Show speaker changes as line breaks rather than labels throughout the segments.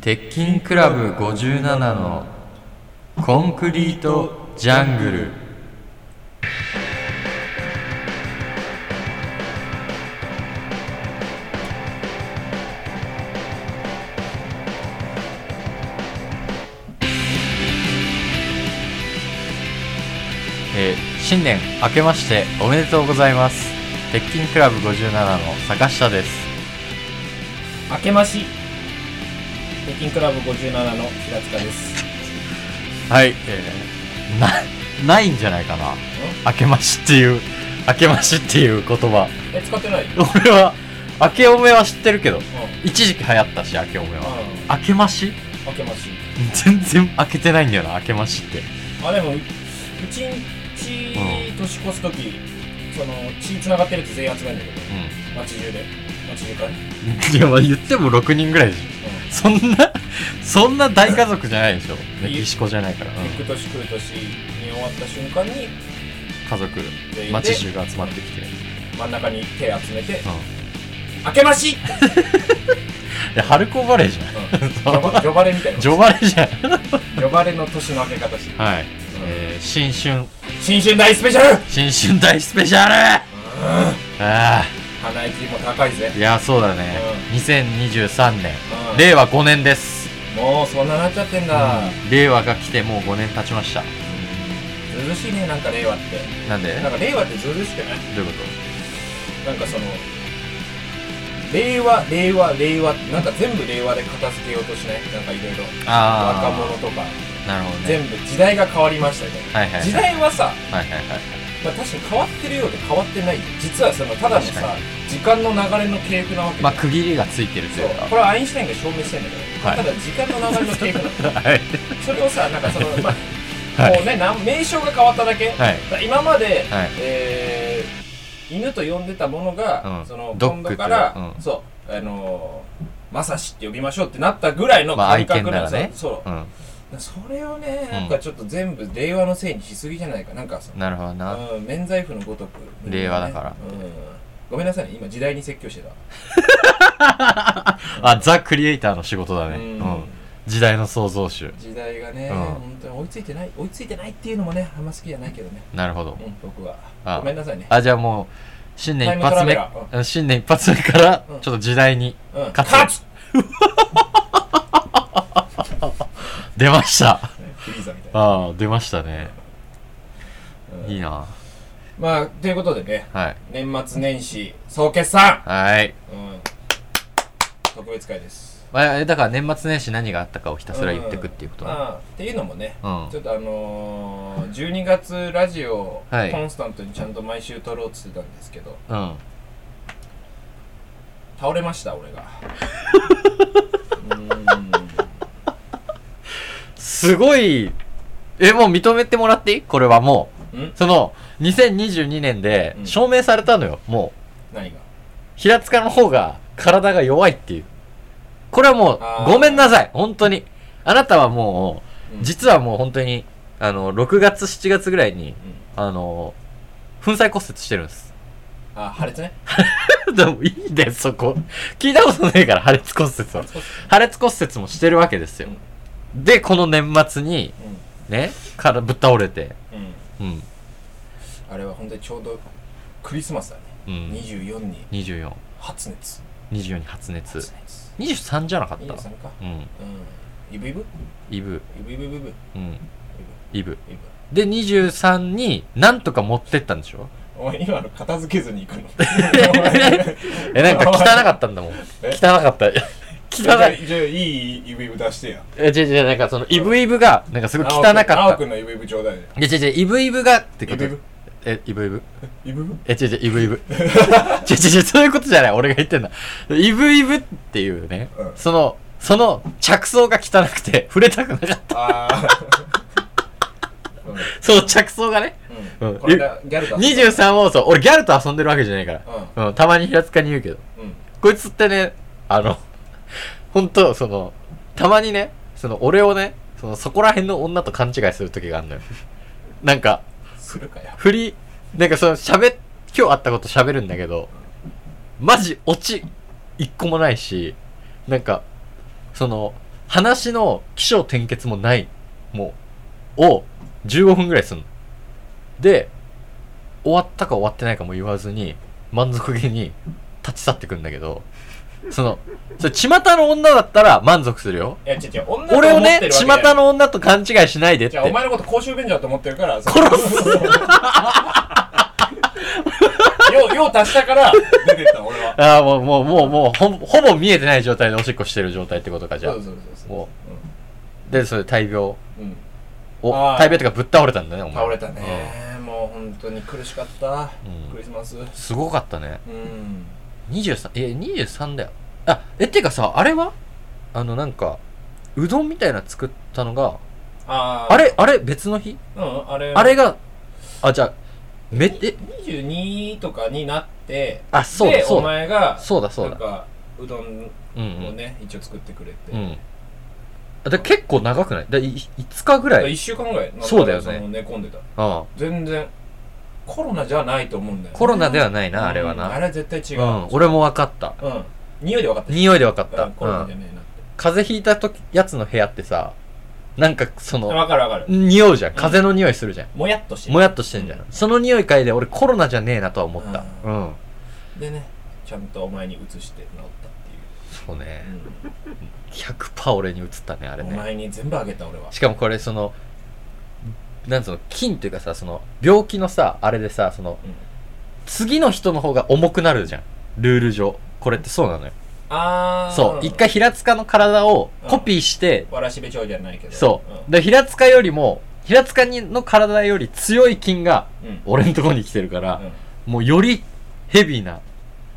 鉄筋クラブ57のコンクリートジャングルえー新年明けましておめでとうございます鉄筋クラブ57の坂下です
明けまし北京クラブ57の平塚です
はい、えーなないんじゃないかな明けましっていう明けましっていう言葉
え使ってないうん
俺は明けおめは知ってるけど一時期流行ったし明けおめは明けまし
明けまし
全然明けてないんだよな明けましって
あでもううちんち年越す時その血繋がってるやつ全員集めるんだけど
う
街中で街中かにうん
んいやまあ言っても6人ぐらいでしょそんなそんな大家族じゃないでしょメキシコじゃないから、うん
行く年来る年に終わった瞬間に
家族
全員で
町中が集まってきて、う
真ん中に手集めて
ん、
明けまし
で春高バレーじ
うん
ゃん、
呼ばれみたい な
ジョバレーじゃん
呼ばれの年の明け方し
はい、えー、新春
新春大スペシャル
新春大スペシャルああ
鼻息も高いぜ
いやそうだね、2023年
うん
令和5年です、
もうそんななっちゃってんだ
令和が来てもう5年経ちました
ずうずうしいねなんか令和って
なんで
なんか令和ってずうずうしくない
どういうこ
なんかその令和令和令和ってなんか全部令和で片付けようとしないなんかいろいろ
とああ
若者とか
なるほどね
全部時代が変わりましたみた
はいは
いな、
いはい
時代はさ、
はいはいはい
まあ、確かに変わってるようで変わってないよ実はそのただのさ
確か
時間の流れの系譜なわけ
まあ
あ、
区切りがついてると
そ
いううか
これはアインシュタインが証明してんだけど、
はい
ただ時間の流れの系譜な
はい
それをさなんかその、まあ
はい
こうねな名称が変わっただけ、
はい
だから今まで、
はい
えー犬と呼んでたものが、
うん
その
ドッ
今
グって
度から、
うん
そうあのーまさしって呼びましょうってなったぐらいの
まあ愛
感
犬
覚
な
なん
ら
で
ね
すよ、
うん
そうそれをね
ん
なんかちょっと全部令和のせいにしすぎじゃないかなんかそ
なるほどな、
の、うん、免罪符のごとく、
令和だからって
うんごめんなさいね今時代に説教してた
あザ・クリエイターの仕事だね、
うん
うん時代の創造主
時代がね、
うん
本当に追いついてない追いついてないっていうのもねあんま好きじゃないけどね、
なるほど
うん、僕は
あ
ごめんなさいね
あじゃあもう新年一
タ
発
イムト
目
ラベラ、
新年一発目からち
う
ょ
ん
っと時代に
うん
勝つ
勝つ
出ました
フリーザみたいな、
ああ出ましたね
うん
いいな
まあということでね
はい
年末年始総決算、
はい
うん、特別会です
まあえだから年末年始何があったかをひたすら言ってくっていうこと
ん
ね
ああっていうのもね、
うん
ちょっとあのー、12月ラジオを
はい
コンスタントにちゃんと毎週撮ろうって言ってたんですけど、
うん
倒れました俺 がうーん
すごいえもう認めてもらっていいこれはも
ん
うその2022年で
うん
証明されたのよもう
何が
平塚の方が体が弱いっていうこれはも
あ
う
ー
ごめんなさい本当にあなたはも
う
うん実はもう本当にあの6月7月ぐらいに
うん
あの粉砕骨折してるんです
あ破裂ね
でもいいで、そこ。聞いたことないから、破裂骨折
破
は
裂。こ
破裂骨折もしてるわけですよ。で、この年末に、ね、からぶっ倒れて。
うん、うん、
うん。
あれは本当にちょうどクリスマスだね、
うん。
24に
24。
発熱
24に発熱
発。熱
23じゃなかった
23か
うん。
うんイブイブ
イブ。
イブイブイブイブイ
うん。イブ。
ブイブ
で、23に、なんとか持ってったんでしょ
お前今の片付けずに行くの
え、なんか汚かったんだもん。
え
汚かった。
じゃ
汚
あ
い。
じゃあいいイブイブ出してや
え、違う違う、なんかその、イブイブが、なんかすごい汚かっ
青
た。
くんのイブイブちょうだい
いや違う違う、イブイブがってこと
イブイブ。
え、イブイブ
イブイブ
え、違う違う、イブイ ブ。違う違う違う、そういうことじゃない。俺が言ってんだ。イブイブっていうね、
うん
その、その着想が汚くて、触れたくなかった。
あ
その着想がね。
あうん、
うん
これがギャルだ
23をそう、俺ギャルと遊んでるわけじゃないから。うん、たまに平塚に言うけど。
うんうん
こいつってね、あの、ほんと、その、たまにね、その、俺をね、その、そこら辺の女と勘違いする時があるのよ。なんか、
するかよ
振り、なんかその、喋、今日あったこと喋るんだけど、マジ、オチ、一個もないし、なんか、その、話の起承転結もない、もう、を15分ぐらいすんの。で、終わったか終わってないかも言わずに、満足げに立ち去ってくんだけど、その、それ、巷の女だったら満足するよ。
いや、違う違う、女
俺
と
を
思っ
ね
て、るわ
巷
けじゃない
の女と勘違いしないでっ
じ
て
ゃあ、お。前のこと公衆便所だと思ってる から、殺す用、用足したから、出てったの、俺は。
ああ、もう、もう、もう、もうほん、ほぼ見えてない状態でおしっこしてる状態ってことか、じゃ
そうそうそう
あ。
そ
もう。で、それ、大病。お、
う。うん。あー
大病とかぶっ倒れたんだね、お前。
倒れたね。もう本当に苦しかった。
うん
クリスマス。
うん。すごかったね。
うん。
23、え、23だよ。あ、え、てかさ、あれはあの、なんか、うどんみたいなの作ったのが、
あー
あれ、あれ、別の日
うん、あれ。
あれが、あ、じゃあ、め、え、
22とかになって、
あ、そうだ、
で
そ
お
うだ。
前が、
そうだ、そう
なん
だ。
か、うどん
うん
をね、一応作ってくれて。
うん。うん。あだ結構長くないだい5日ぐ
だからら
い。
一週間ぐらい、
そうだよね
の寝込んでた。
うん。
全然、コロナじゃないと思うんだよね。
コロナではないな、
うん
あれは
あ
な。
れ絶対違
う
う。
ん、俺も分かった。
うん。匂いで分かったし。
匂いで分かっ
うん
た。
コ
う
ロナじゃ
ん。
ねえなって。
風邪ひいた時やつの部屋ってさ、なんかその、
分かる分かる。
匂うじゃん。風の匂いするじゃん。
もやっとしてる
もやっとしてんじゃん。その匂い嗅いで俺コロナじゃねえなとは思った。う
う
ん。
でね、ちゃんとお前に移して治ったっ
そうね。
ていう。
100%俺に移ったね、あれ
うん、お
ね。
前に全部あげた俺は。
しかもこれその、なんつうの、菌っていうかさ、その、病気のさ、あれでさ、その、
うん
次の人の方が重くなるじゃん。ルール上。これってそうなのよ。
あー。
そう。一回平塚の体をコピーして、
わらしべ長じゃないけど。
そう。で、平塚よりも、平塚にの体より強い菌が
うん。うん。
俺のとこに来てるから
う、ん
もうよりヘビーな。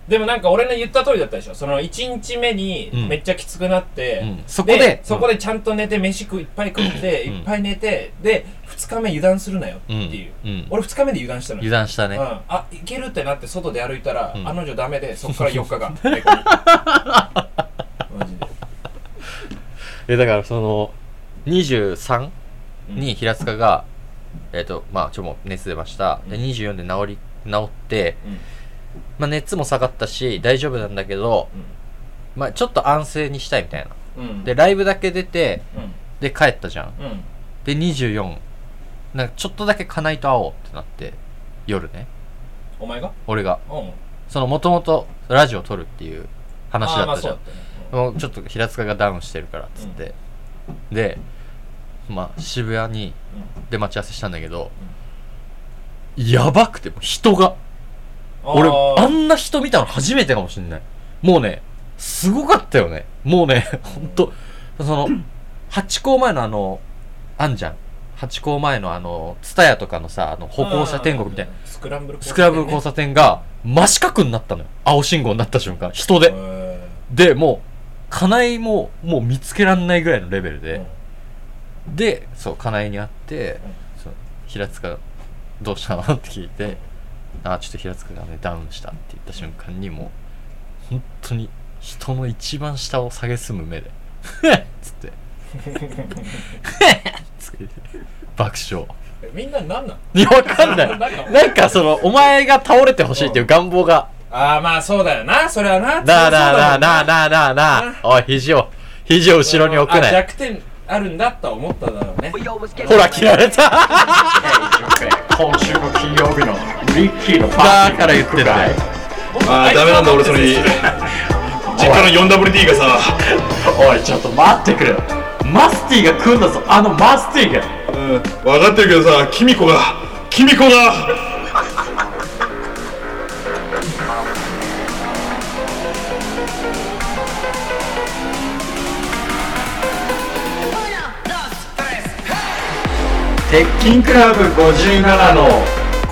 でもなんか俺の言った通りだったでしょ。その1日目に
うん
めっちゃきつくなって、
うんそこで
そこでちゃんと寝て、飯食う、いっぱい食って、
うん
いっぱい寝て、で、2日目油断するなよって
うん。
いう。
うん。
俺2日目で油断したのよ
油断した
うん、
ね。
あいけるってなって外で歩いたら、
うん
あの女ダメでそっから4日が 猫にマジで、
え、だからその、23
うん
に平塚が、えっと、まあ、ちょ、もう熱出ました。で、
うん
24で治り、治って、
うん
まあ、熱も下がったし、大丈夫なんだけど、まあ、ちょっと安静にしたいみたいな。
うんうん
で、ライブだけ出て、
う
で、帰ったじゃん。
んうん
で、24。なんか、ちょっとだけ金井と会おうってなって、夜ね。
お前が
俺が。
うん
そのもともとラジオ撮るっていう話
あー
だ
ま
った
あ
じ
そ
ゃ、
うんだったね
もうちょっと平塚がダウンしてるからっつって、でまあ渋谷に
うんうん
で待ち合わせしたんだけど、やばくてもう人が
あ
俺あ
ー
んな人見たの初めてかもしんないもうねすごかったよねもうねほんとその八甲前のあのあんじゃん八甲前のあの蔦屋とかのさあの歩行者天国みたいな
うんスクランブル
スクラブル交
差
差点が真四角になったのよ青信号になった瞬間人で
点ねへ
で、もう、金井も、もう見つけらんないぐらいのレベル
ー
で、で、そう、金井に会って、そう平塚、どうしたのって聞いて、あ、ちょっと平塚がね、ダウンしたって言った瞬間に、もう、本当に、人の一番下を下げすむ目で、 つって、つって爆笑。
うんみんななんなん
いや、わかんない。
なんか
なんか、その、お前が倒れてほしいっていう願望が、
ああまあそうだよなそれはな
なあなあなあなあ
あ
なあなあなあ、おい、肘を、肘を後ろに置くなよ。
弱点あるんだとは思っただろうね
ほら、切られた
今週の金曜日のリッキーのパー
だ
ティー
から言ってんだよ。
あーダメなんだ俺そ れに実家の 4WD がさおいちょっと待ってくれマスティが来んだぞあのマスティが
うん分かってるけどさキミコがキミコが
鉄筋クラブ57の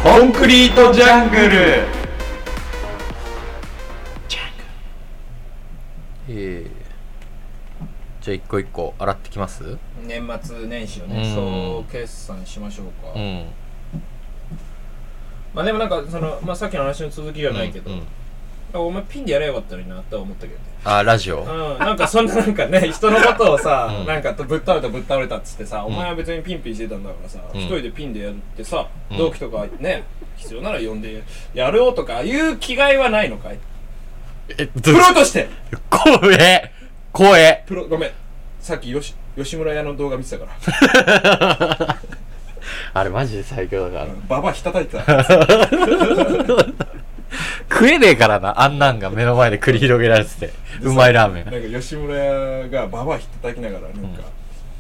コンクリートジャングル
ええじゃあ一個一個洗ってきます
年末年始を
う
ね
ん
総決算しましょうか、
ん
まあでもなんかその、まあ、さっきの話の続きじゃないけど、
うん
お前ピンでやればよかったのになとは思ったけどね
あラジオ
うん、なんかそんななんか ね人のことをさ、
うん
なんかぶっ倒れたぶっ倒れたっつってさ、お前は別にピンピンしてたんだからさ、
うん
一人でピンでやるってさ、
うん
同期とかね必要なら呼んでやろうとかいう気概はないのかい
えっと
プロとして
声声
プロごめんさっきよし吉村屋の動画見てたから
あれマジで最強だか
ババアひたたいてた
ら。食えねえからな、あんなんが目の前で繰り広げられてて。うまいラーメン。
なんか吉村屋がババアひたたきながらなんか、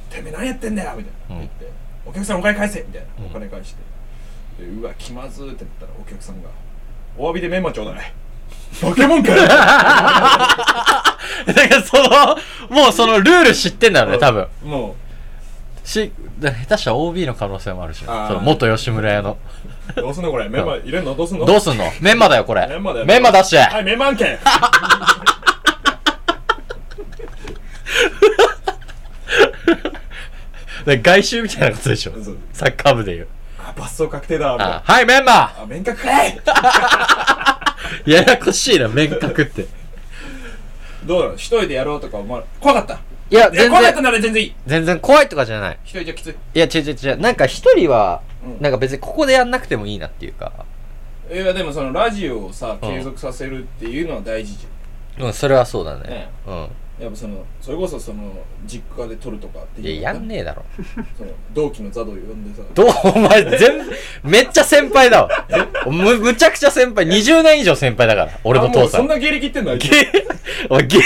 てめえ何やってんだよみたいな、
うん
言ってお客さんお金返せみたいな、
うん
お金返してでうわ気まずーって言ったらお客さんがお詫びでメンマちょうだいポケモンか よ
だからその、もうそのルール知ってんだろうね、多分。
もう
し、だ下手したら OB の可能性もあるし、そ
あー
の元吉村屋の。
どうすんのこれメンマ入れんのどうすんの
どうすんのメンマだよ、これ。
メンマだよ
メンマ出して。
はいメンマ案件
で外周みたいなことでしょ
そう。
サッカー部で言う。
あ罰走確定だみたい
あ
な
はい、メンマ
あ面格かい
ややこしいな、面格 って。
どうなの一人でやろうとか思わ怖かった
いや、
いや
全
怖かった
然、
なら全然いい
全然怖いとかじゃない。
一人じゃきつい
いや、違う違う違う。なんか一人は、
うん
なんか別にここでやんなくてもいいなっていうか。
いやでもそのラジオをさ継続させるっていうのは大事じ
うん、それはそうだ
ゃん、
ね
ね。
うん。
やっぱそのそれこそその実家で撮るとかっていう
いや、やんねえだろ。
その同期のザドを呼んでさ
どうお前、全、めっちゃ先輩だわ。 む、むちゃくちゃ先輩。20年以上先輩だから。俺の
あも
父
う
さ
そん
ん。
な芸歴言ってんのあいつ
ゲお前、ゲ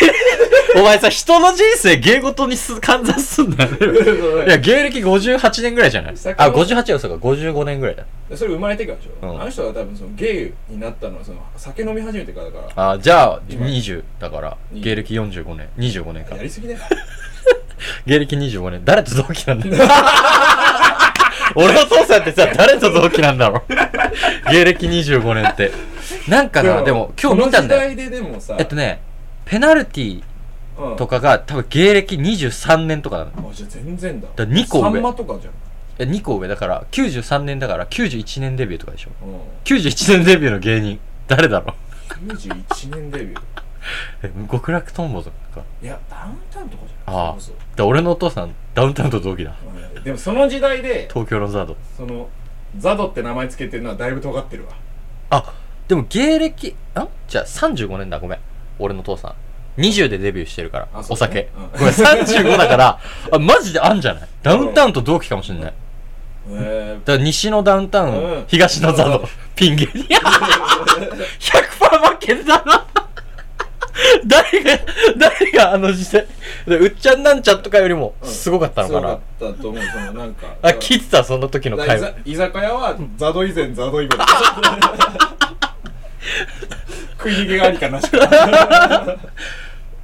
お前さ、人の人生芸事にす、換算すんなよ。いや、芸歴58年ぐらいじゃないあ、58はそうか、55年ぐらいだ。
それ生まれてからでしょ、
うん
あの人は多分そのゲイになったのはその酒飲み始めてからだから
あ、じゃあ、
今
20だから、
20
芸歴45年。25年か
や。りすぎだよ
芸歴25年。誰と同期なんだよ。俺の父さんってさ、誰と同期なんだろう。芸歴25年って。なんかな、でも、今日見たんだよ。
この時代ででもさ
えっとね、ペナルティ
うん
とかが多分芸歴23年とかなの。
あじゃあ全然だ
だから二個上
サンマとかじゃん
え、2個上だから、93年だから91年デビューとかでしょ。
う
91年デビューの芸人。 誰だろうん
91年デビュー
え、極楽トンボとか。
いやダウンタウンとかじゃん
ああ
そう
だ俺のお父さん、ダウンタウンと同期だ。
そううんでもその時代で
東京ロンザード。
そのザドって名前つけてるのはだいぶ尖ってるわ
あ、でも芸歴、んじゃあ35年だ、ごめん。俺の父さん。20でデビューしてるから、
あそ
お
うだ
酒
ね。うん
ごめん、35だ から、あ、マジであんじゃないダウンタウンと同期かもしんない。
え
だから西のダウンタウン、
うん
東の座のピン芸人。100%負けだな。誰が、誰があの時代、でうっちゃんなんちゃんとかよりも
うん
すごかったの
す
か
ご
な。
かったと思うそのなんか
あ、聞いてた、その時の
だから
会
居
話。
酒居酒屋はザド以前ザ ド以後食い逃げがありかなしか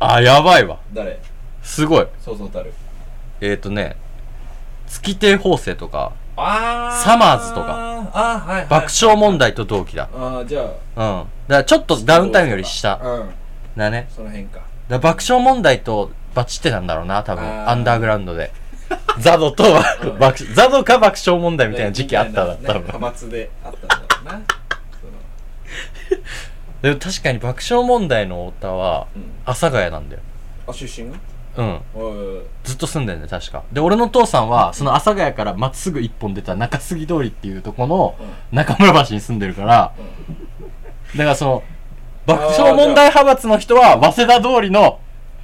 あ、やばいわ。
誰
すごい。
そうそうたる
えっ、ー、とね、月亭法政とか、
あ
ーサマーズと
かあーはいはい
爆笑問題と同期だ。
ああじゃあ
うん。だからちょっとダウンタウンより下
うん
だね。
その辺か
だから爆笑問題とバチってたんだろうな、多分。
あー
アンダーグラウンドで。ザドとは、爆笑ザドか爆笑問題みたいな時期あっただ、
ね
多
派
分。
閥であったんだろうな
でも確かに爆笑問題の太田は、
うん
阿佐ヶ谷なんだよ。
あ出身が
うん。
おいおいおい
ずっと住んでんだよ、確か。で、俺の父さんは、その阿佐ヶ谷からまっすぐ一本出た中杉通りっていうとこの中村橋に住んでるから、だからその、爆笑問題派閥の人は、早稲田通りの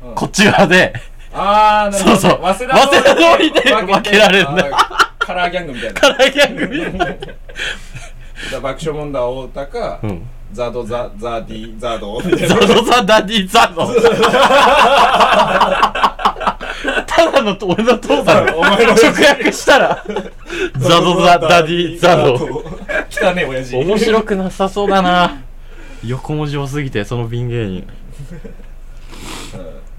うん
こっち側で、
ああなるほど
そうそう
早稲田
早稲田通りで分けられるんだ
あーカラーギャングみたいな
カラーギャングみたいな。
だ爆笑問題太田か、
ん
ザドザザディザドみたい
ザ
な
ドザダディザ ド。ただの俺の父さんが
お前の
直訳したら、ザドザダディザド。
汚ね親父
面白くなさそうだな。横文字多すぎて、その瓶芸人。
うん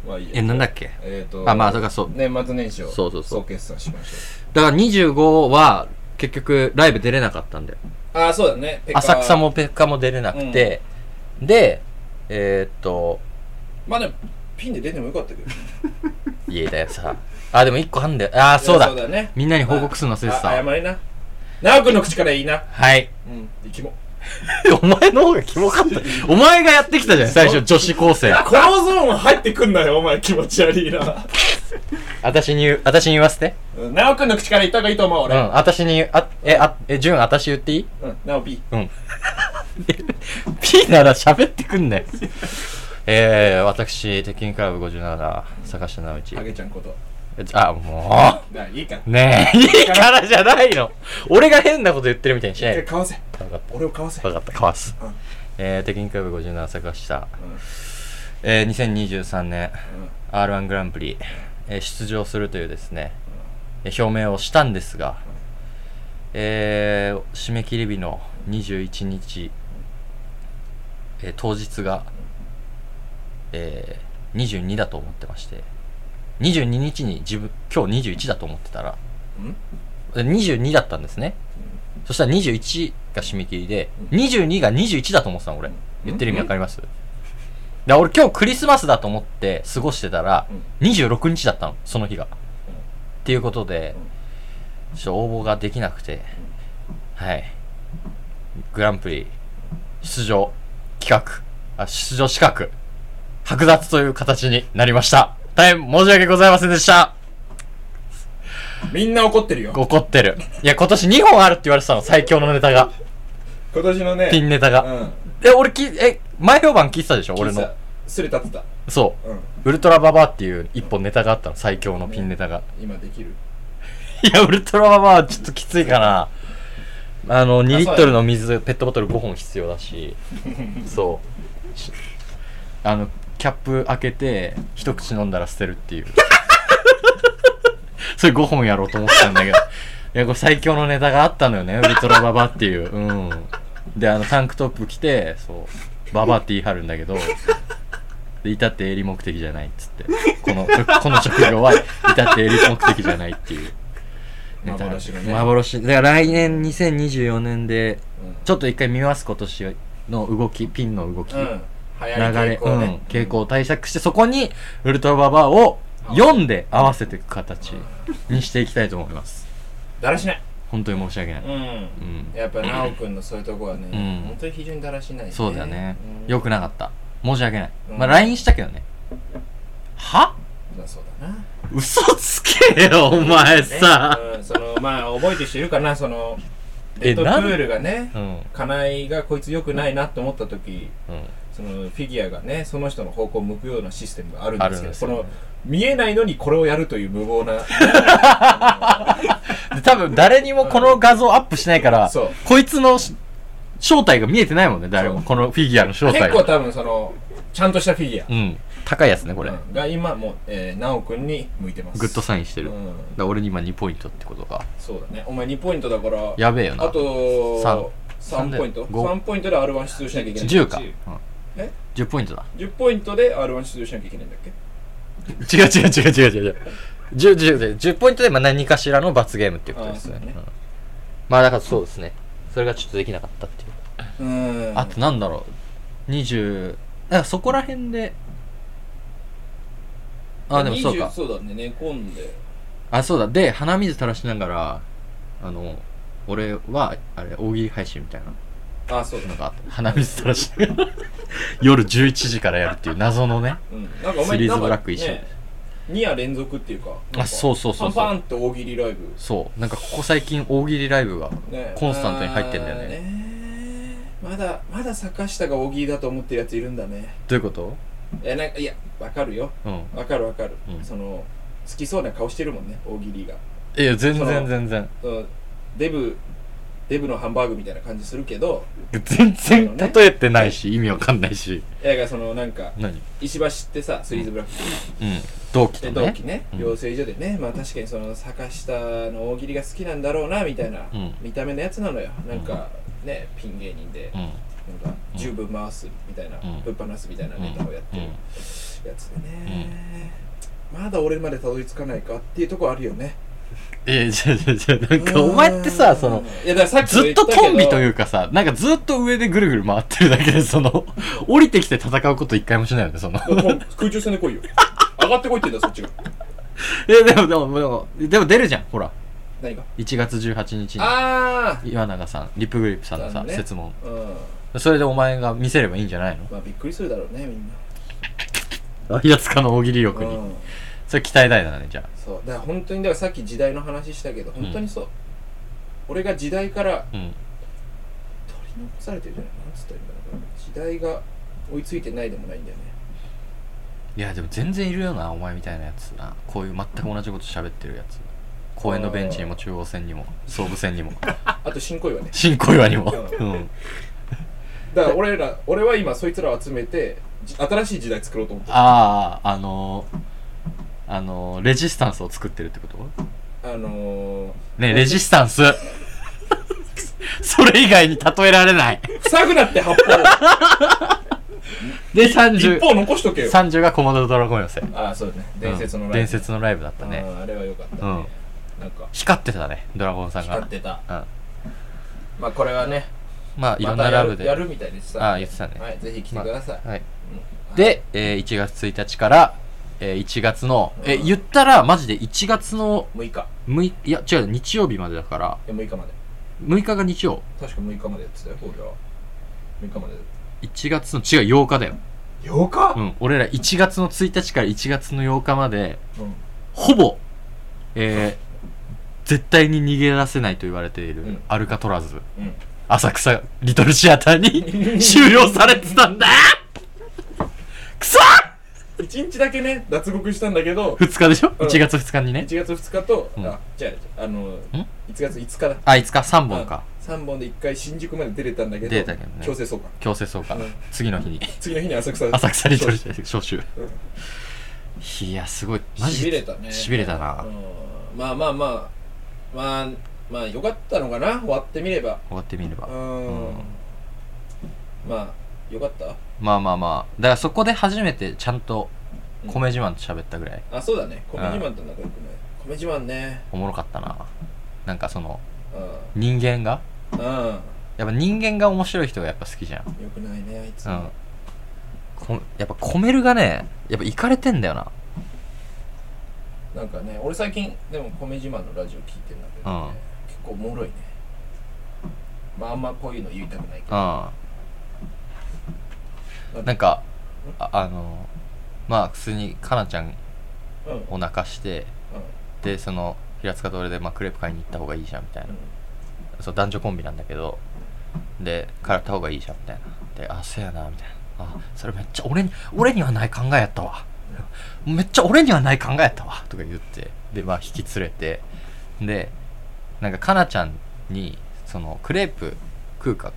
まあいいや
え、なんだっけ
えっ、と
あ、まあ、だからそう。
年末年始を
そうそうそう
総決算しましょ
だから25は、結局、ライブ出れなかったんだよ。
うああそうだねペカ
浅草もペッカも出れなくて、で、えー、っと、
まあでもピンで出てもよかったけどね
家だよさ。あ、でも1個あんだよ。あー、そう
いや
だ
そう。だね
みんなに報告するの忘れてた
あ
わ。
謝りな直君の口からいいな
はい。
うん生きも
お前の方がキモかった。 お前がやってきたじゃん、最初、女子高生。
このゾーン入ってくんなよお前気持ち悪いな
私に言う、私に言わせて。
うん直君の口から言った方がいいと思う
う
俺
ん、私に言う、あ、え、あ、え、純、私言っていい
うん直 P
うん P なら喋ってくん ねえー、私、鉄筋クラブ57、坂下直一
あ、げちゃんこと
あ、も
だからいいから
う。ねえ、いいからじゃないの。俺が変なこと言ってるみたいにしない
じゃ
で
あ。買わせ
分かっ
俺を買わせ
た。分かった。かわす
うん。
えー、テクニック部57坂下。
うん
えー、2023年 R1 グランプリ、えー出場するというですね、えー表明をしたんですが、えー締め切り日の21日、えー当日が、えー22だと思ってまして、22日に自分、今日21だと思ってたら、
うん
で22だったんですね。そしたら21が締め切りで、22が21だと思ってたの、俺。言ってる意味わかりますだから俺今日クリスマスだと思って過ごしてたら、26日だったの、その日が。っていうことで、ちょっと応募ができなくて、はい。グランプリ、出場、企画、あ、出場資格、剥奪という形になりました。大変申し訳ございませんでした。
みんな怒ってるよ
怒ってる。いや、今年2本あるって言われてたの、最強のネタが。
今年のね
ピンネタが。
うん
え、俺き、え、前評判聞いてたでしょ俺
俺
の
の。すれ立ってた
そう。
うん
ウルトラババアっていう一本ネタがあったの、最強のピンネタが。
今できる
いや、ウルトラババアはちょっときついかな。あの、2リットルの水、ペットボトル5本必要だし、そうし。あの、キャップ開けて、一口飲んだら捨てるっていう。それ5本やろうと思ってたんだけど。いや、これ最強のネタがあったのよね、ウルトラババアっていう。うん。で、あの、タンクトップ着て、そう、ババアって言い張るんだけど、で至って営利目的じゃないっつって。この、この職業は至って営利目的じゃないっていう。ネタなんです
幻のね
幻だから来年2024年で
うん
ちょっと一回見ます今年の動きピンの動き、
うん流行
流
り
れ
傾向
うん
ね、
傾向を対策してそこにウルトラババアを読んで合わせていく形にしていきたいと思います
だらしない
本当に申し訳ない、
う
うん
んやっぱなおくんのそういうとこはね、
うん
本当に非常にだらしない、ね、
そうだよね、
うん
良くなかった申し訳ない、
うん
まあ LINE したけどねは
まあそうだな
嘘つけよお前さ、
ねうん、そのまあ覚えてる人いるかなそのレ
え
ッドプ
なん
ールがね
うんうん
金井がこいつ良くないなと思った時そのフィギュアがねその人の方向を向くようなシステムがあるんですけど
あるんですよ
この見えないのにこれをやるという無謀な
で多分誰にもこの画像アップしないから、
そう
こいつのし正体が見えてないもんね、誰も。
そう
このフィギュアの正
結
体
構
が。
多分そのちゃんとしたフィギュア
うん。高いやつね、これ。
うんが今もう、えー、なおくんに向いてます
グッドサインしてる。だか
うん
ら俺に今2ポイントってことか。
そうだねお前2ポイントだから
やべえよな。
あと
三三
3
で
ポイント
五
3ポイントで R1 出場しなきゃいけない
10か。うん
え
?10 ポイントだ。
10ポイントで R1 出場しなきゃいけないんだっけ
違う違う違う違う違う違う。10, 10で10ポイントでまあ何かしらの罰ゲームっていうことですね
あそうだね
うんまあだからそうですねそれがちょっとできなかったっていう、
うーん
あとなんだろう20あそこら辺であでもそうか
20そうだね寝込んで
あそうだで鼻水垂らしながらあの俺はあれ大喜利配信みたいな
あそうだ
のがあって鼻水垂らしながら夜11時からやるっていう謎のね
うんなんかお前
シリーズ
なんか
ブラック一緒
ね2夜連続っていうか
あそうそうそうそう
パンパンって大喜利ライブ
そうなんかここ最近大喜利ライブが
ね
コンスタントに入ってんだよね
あーまだまだ坂下が大喜利だと思ってるやついるんだね
どういうこと
いやなんかいやわかるよ
うん
わかるわかる、
うん
その好きそうな顔してるもんね大喜利が
いや全
そ
然
の
全然
うんデブデブのハンバーグみたいな感じするけど
全然
ね
例えてないし意味わかんないし
いやだからそのなんか
何うん
石橋ってさスリーズブラック
同期
で
と
同
ね
期ね
うん
養成所でねまあ確かにその坂下の大喜利が好きなんだろうなみたいな
うん
見た目のやつなのよなんかねピン芸人で
うん
なんか十分回すみたいな
うん
ぶっ放すみたいなネタをやってる
うん
やつでねまだ俺までたどり着かないかっていうとこあるよね
えじゃじゃじゃなんかお前ってさその
いやだからさっき
ず
も言
ったと
けど
トンビというかさ、なんかずっと上でぐるぐる回ってるだけで、その、 降りてきて戦うこと一回もしないよね、その。
もう空中戦で来いよ上がってこいって言うんだそっちが
え、でも、でも、でも、でも出るじゃん、ほら。
何が
1月18日に、
あ
岩永さん、リップグリップさんの
そう
さ、
だね
説問。
あうん
それでお前が見せればいいんじゃない
まあびっくりするだろうねみんな
の平塚の大喜利力
う
に。
ん
それ期待大だね、じゃ
そうだから本当にだからさっき時代の話したけど本当にそう、俺が時代から
あ。うん。
取り残されてるじゃないなんつったらいいんだろうな時代が追いついてないでもないんだよね
いやでも全然いるよなお前みたいなやつなこういう全く同じこと喋ってるやつ公園のベンチにも中央線に も総武線にも
あと新小岩ね
新小岩にも
う
うん
だから俺ら俺は今そいつらを集めてじ新しい時代作ろうと思ってる
あああのー、あのー、レジスタンスを作ってるってこと
あのー、
ねえレジスタン スそれ以外に例えられない
塞ぐなって八方
で30
一方残しとけよ
30がコモドドラゴン寄せ
ああそうだね伝説の
うん
ライブ、
伝説のライブだったね
あーあれは良かったね、
うん
なんか
光ってたねドラゴンさんが
光ってた
うん
まあこれはね
まあいろん
ま
な
たや
ラ
る
ブで
やるみたいですさ
あー言ってたね
はいぜひ来てください、
はい
うん
で、えー1月1日から、えー1月の、えー言ったらマジで1月の
6日
6いや違う日曜日までだから
え6日まで
6日が日曜
確か6日までやってたよ俺らは6日まで
1月の違う8日だよ、
8
う
日、
ん、俺ら1月の1日から1月の8日まで
うん
ほぼえー絶対に逃げ出せないと言われている、
うん
アルカトラズ
うん
浅草リトルシアター に終了されてたんだくそ
1日だけね脱獄したんだけ ど
!2 日でしょ
うん
?1 月2日にね
1。月2日と、
うん
あじゃああの1月5日だ
あ、5日3本か。
3本で1回新宿まで出れたんだけど
出れたけどね
強制送還
強制送還
うん。
次の日に。
次の日に浅草
浅草リトルシアター招集。いや、すごい。マジ
しびれ
で。
たね
しびれたな
うんまあまあまあまあまあよかったのかな終わってみれば
終わってみれ
う
ば。
ん
うん
まあよかった
まあまあまあ。だからそこで初めてちゃんと
うん
米自慢と喋ったぐらい。
あそうだね米自慢と仲良くね米自慢ね
おもろかったな。なんかその、
う
人間が、
んうん
やっぱ人間が面白い人がやっぱ好きじゃん。
よくないねあいつ
うん。こやっぱコメルがね、やっぱイかれてんだよな。
なんかね俺最近でも米自慢のラジオ聞いてんだけど
うん
ね結構おもろいねまああんまこういうの言いたくないけど
うん。なんか、ああの、まあ普通にかなちゃん
うんうん
を泣かして、で、その、平塚と俺で、まあ、クレープ買いに行った方がいいじゃんみたいな。そう、男女コンビなんだけど、で、からった方がいいじゃんみたいな。で、あ、せやな、みたいな。あ、それめっちゃ俺に、俺にはない考えやったわ。めっちゃ俺にはない考えやったわ。とか言って、で、まあ引き連れて、で、なんか、かなちゃんに、その、クレープ食うか、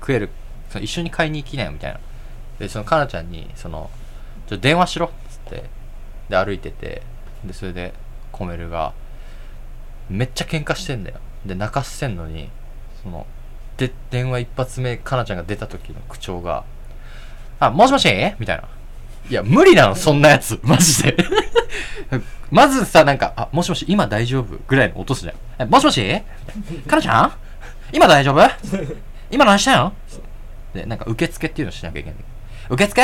食える、その一緒に買いに行きなよ、みたいな。で、その、かなちゃんに、その、ちょ、電話しろ、っつって、で、歩いてて、で、それで、コメルが、めっちゃ喧嘩してんだよ。で、泣かしてんのに、その、で、電話一発目、かなちゃんが出た時の口調が、あ、もしもしみたいな。いや、無理なの、そんなやつ。 マジで。まずさ、なんか、あ、もしもし、今大丈夫ぐらいの音すじゃん。えもしもしみたいなかなちゃん今大丈夫今何したんよで、なんか、受付っていうのしなきゃいけない。受付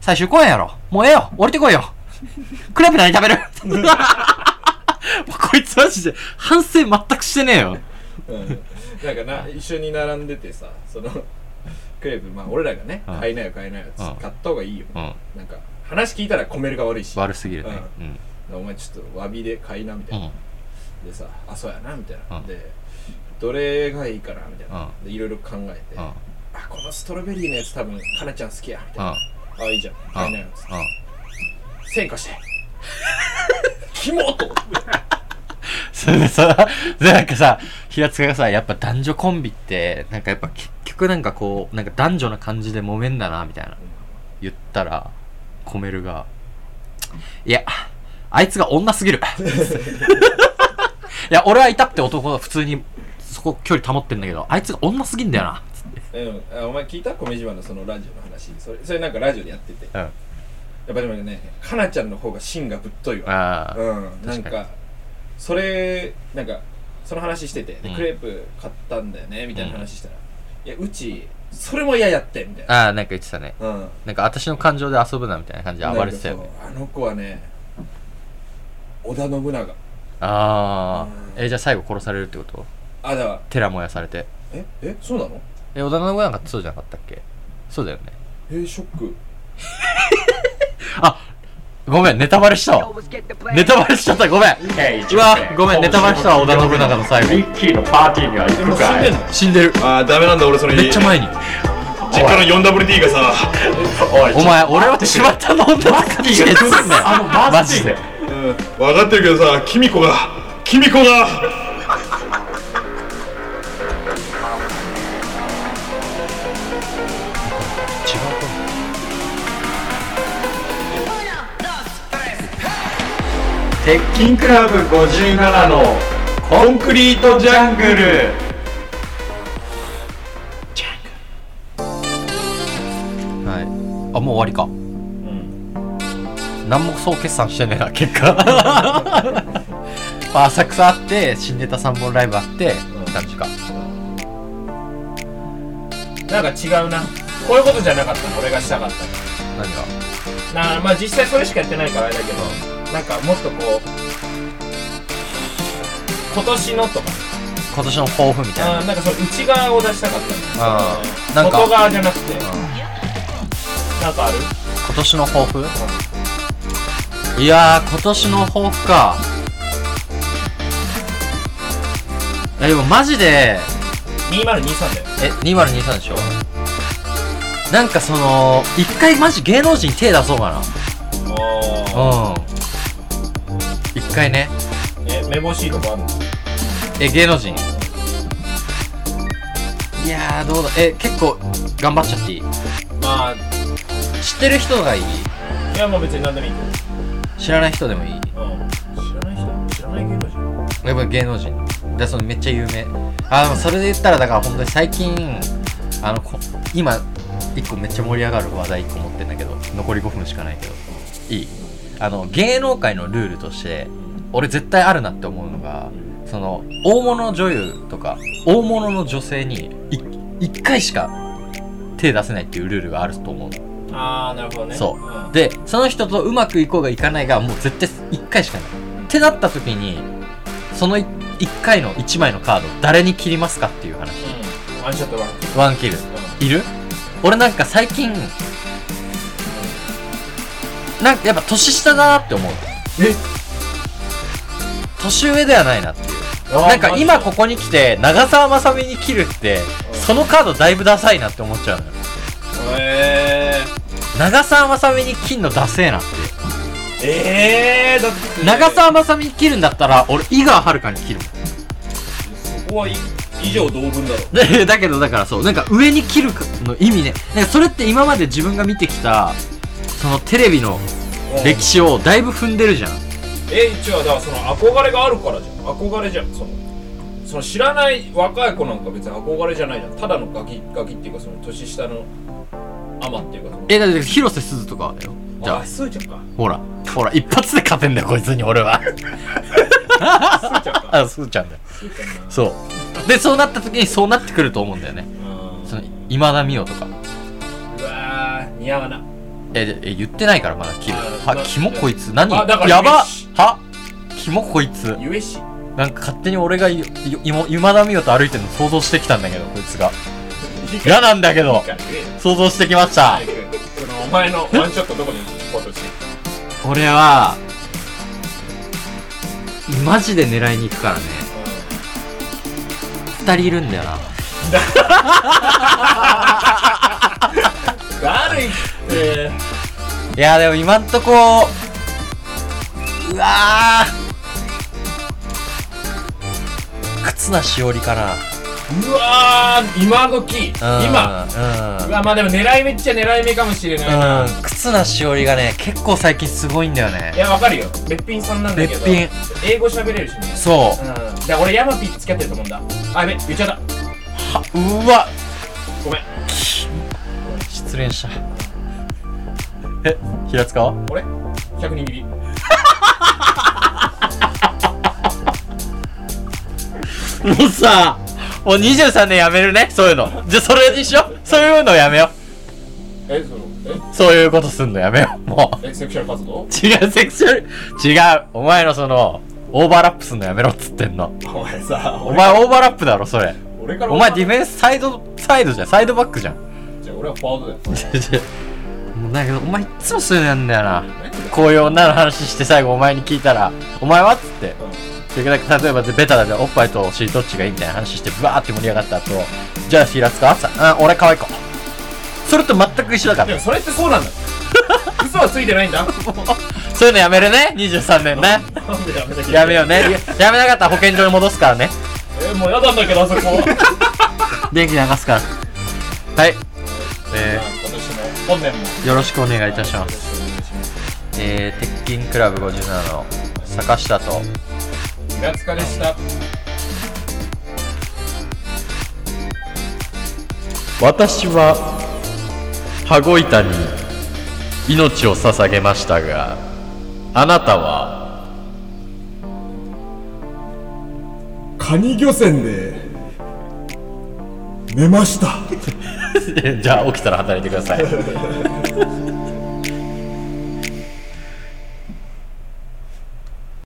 最終公演やろ。もうええよ降りてこいよクレープ何食べるもうこいつマジで、反省全くしてねえよ。
うんなんかな一緒に並んでてさそのクレープまあ俺らがね
うん
買いなよ買いなよつ
うん
買った方がいいよ
うん。
なんか話聞いたらコメルが悪いし
悪すぎるね。うん。
お前ちょっと詫びで買いなみた
う。
いなんでさあそうやなみたいな
うん
でどれがいいかなみたいな
う
でいろいろ考えて
うん。
あこのストロベリーのやつ多分かなちゃん好きやみた
う
い
ん
な。あいいじゃん買いなよつって
うん。
1000貸して キモっと思って
それでさ、でなんかさ、平塚がさ、やっぱ男女コンビって、なんかやっぱ結局なんかこう、なんか男女な感じで揉めんだな、みたいな。言ったら、コメルが、いや、あいつが女すぎる。いや、俺はいたって男は普通に、そこ距離保ってんだけど、あいつが女すぎんだよな、つって。
うんあお前聞いた米島のそのラジオの話それそれなんかラジオでやってて
うん。
やっぱでもね、かなちゃんの方が芯がぶっといわ。
ああ、
うん、なん
確か
か、それ、なんか、その話してて、で
うん
クレープ買ったんだよね、みたいな話したら、いや、うち、それも嫌やって、みたいな。
ああ、なんか言ってたね。
うん。
なんか私の感情で遊ぶな、みたいな感じで暴れてたよね。
なんかそうあの子はね、織田信長。
ああ、
うん
え、じゃあ最後殺されるってこと
あ、だから、
寺燃やされて。
え、え、そうなの
え、織田信長ってそうじゃなかったっけそうだよね。
えー、ショック。
ごめん、ネタバレしたわ。ネタバレしちゃった、ごめん。うわ、ごめん、ネタバレしたわ、織田信長の最
ミ
後。
ッキーのパーティーには行
でも
く
死ん
か
で
い
んの
死んでる。
ああダメなんだ俺それ
めっちゃ前に。
実家の 4WD がさ
おい
お前、俺はしまったの女だから
ちょっと待ってあのマ
マ
ジ
ジ
で
で。
分かってるけどさキミコがキミコが
鉄筋クラブ57のコンクリートジャングル
はい。あ、もう終わりか。何も総決算してねえな、結 果。まあ、浅草あって、新ネタ3本ライブあって、何時か。
なんか違うなこういうことじゃなかったの俺がしたかったの
何が
なまあ実際それしかやってないからあれだけどなんかもっとこう今年のとか
今年の抱負みたいな。
あーなんかその内側を出したかったの
あーなんか
外側じゃなくて
今
なんかある
年の抱負いやー、今年の抱負か。え、でもマジで、
2023だよ
え、2023でしょなんかその、一回マジ芸能人に手出そうか
あ
な。うん。一回ね。
ーえめぼしいとこあるの
え、芸能人いやー、どうだ、え、結構、頑張っちゃっていい
まあ
知ってる人がいい
いやまあ別に何でもいいけど
知らない人でもいい
うん知らない人知らない芸能人
やっぱ芸能人でそのめっちゃ有名あでもそれで言ったらだから本当に最近あのこ今一個めっちゃ盛り上がる話題一個持ってんだけど残り5分しかないけどいいあの芸能界のルールとして俺絶対あるなって思うのがその大物女優とか大物の女性に1回しか手出せないっていうルールがあると思うの
ああなるほどね
そ
ん
う。で、その人とうまくいこうがいかないが、もう絶対1回しかない。ってなった時に、その1回の1枚のカード、誰に切りますかっていう話。
うんワンショットワン
ワンキル。いる俺なんか最近、なんかやっぱ年下だなって思う。
え
年上ではないなっていう。
あー
なんか今
マジ
ここに来て、長澤まさみに切るって、そのカードだいぶダサいなって思っちゃうのよ。
え
長澤まさみに切んのダセえなっていう。
ー、えー、だって
長澤まさみに切るんだったら俺井川遥に切るも
そこはい以上同文だろ
んで だけどだからそうなんか上に切るの意味ねなんかそれって今まで自分が見てきたそのテレビの歴史をだいぶ踏んでるじゃん
え一応だからその憧れがあるからじゃん憧れじゃんそのその知らない若い子なんか別に憧れじゃないじゃんただのガキガキっていうかその年下のアマっていうかその
えだって広瀬すずとかだよじゃ
あスーちゃんか
あほらほら一発で勝てんだよこいつに俺 は
スーちゃ んか
あすずちゃんだよ
スーちゃんな
そうでそうなった時にそうなってくると思うんだよね
うん
その今田美桜とか
うわー似合わな
えでえ言ってないからまだ切る
あ
は
だ
キモこいつ何
あだから
やば
よし
はキモこいつ
ゆえし
なんか勝手に俺がい、い、いも今田美桜と歩いてるの想像してきたんだけど、こいつが。嫌なんだけど、
かゆえ
想像してきました。
そのお前のワンショットどこに行こうとして
俺は、マジで狙いに行くからね。二人いるんだよな。
悪いって
いやでも今んとこ、うわぁ。忽那しおりかな。
うわー今時
うん
今、
うん
う。わまあでも狙い目っちゃ狙い目かもしれないな
うん、忽那しおりがね、結構最近すごいんだよ
い
ね。
や、わかるよ。べっぴんさんなんだけど。
べっ
英語喋れるしね。
そう
う。ん。だから俺、ヤマピー付き合ってると思うんだ。あ、やべ、言っちゃった。
はうわ
ごめん。
失恋したえ平塚は
俺 ?100 人切り。
もうさもう23年やめるねそういうのじゃあそれにしようそういうのやめよ
え、その、
うそういうことすんのやめようも
え、え、セクシャル活動
う違うセクシュアル違うお前のそのオーバーラップすんのやめろっつってんの
お前さ、
お前オーバーラップだろそれ
俺、俺から
お前ディフ
ン
ェンスサイドサイドじゃんサイドバックじゃん
ス。じゃあ俺はフォワードだよ。
もうだけどお前いっつもそういうのやんだよなこういう女の話して最後お前に聞いたら「お前は?」っつって結局なんか例えばベタだでおっぱいとお尻どっちがいいみたいな話してバーって盛り上がった後じゃあ平塚あっつったらうん俺可愛い子それと全く一緒だか
で
ら
もそれってそうなんだ嘘はついてない んだ
そういうのやめるね23年ね
なんでやめた
やめようねやめなかったら保健所に戻すからね
えもうやだんだ けどあそこまあ今
電気流すからはいえ
年も本年も
ー、よろしくお願いいたし
よ
ま
ろ
す
しくお願いします
えー、鉄筋クラブ57の坂下と
平塚でした
私は羽子板に命を捧げましたがあなたは
カニ漁船で寝ました
じゃあ起きたら働いてください